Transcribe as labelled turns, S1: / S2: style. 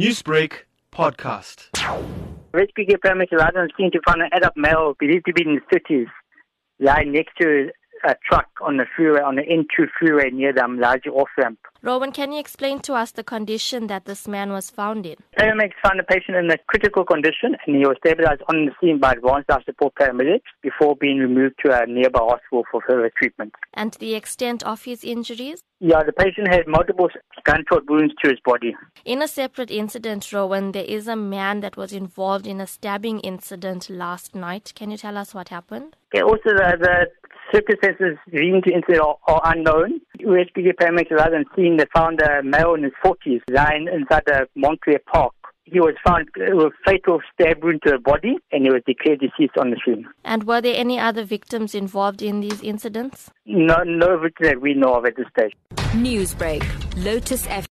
S1: Newsbreak podcast.
S2: Rescue Premier Radon seemed to find an adult male believed to be in his 30s lying next to a truck on the freeway, on the N2 freeway near the Amlaji off ramp.
S3: Rowan, can you explain to us the condition that this man was found in?
S2: Paramedics found the patient in a critical condition and he was stabilized on the scene by advanced life support paramedics before being removed to a nearby hospital for further treatment.
S3: And the extent of his injuries?
S2: Yeah, the patient had multiple gunshot wounds to his body.
S3: In a separate incident, Rowan, there is a man that was involved in a stabbing incident last night. Can you tell us what happened?
S2: Yeah, also, the, the circumstances leading to incident are, are unknown. USPG paramedics rather than seeing they found a male in his 40s lying inside a Montclair park. He was found uh, with fatal stab wound to the body and he was declared deceased on the scene.
S3: And were there any other victims involved in these incidents?
S2: No, no victim that we know of at this stage.
S4: Newsbreak, Lotus FM.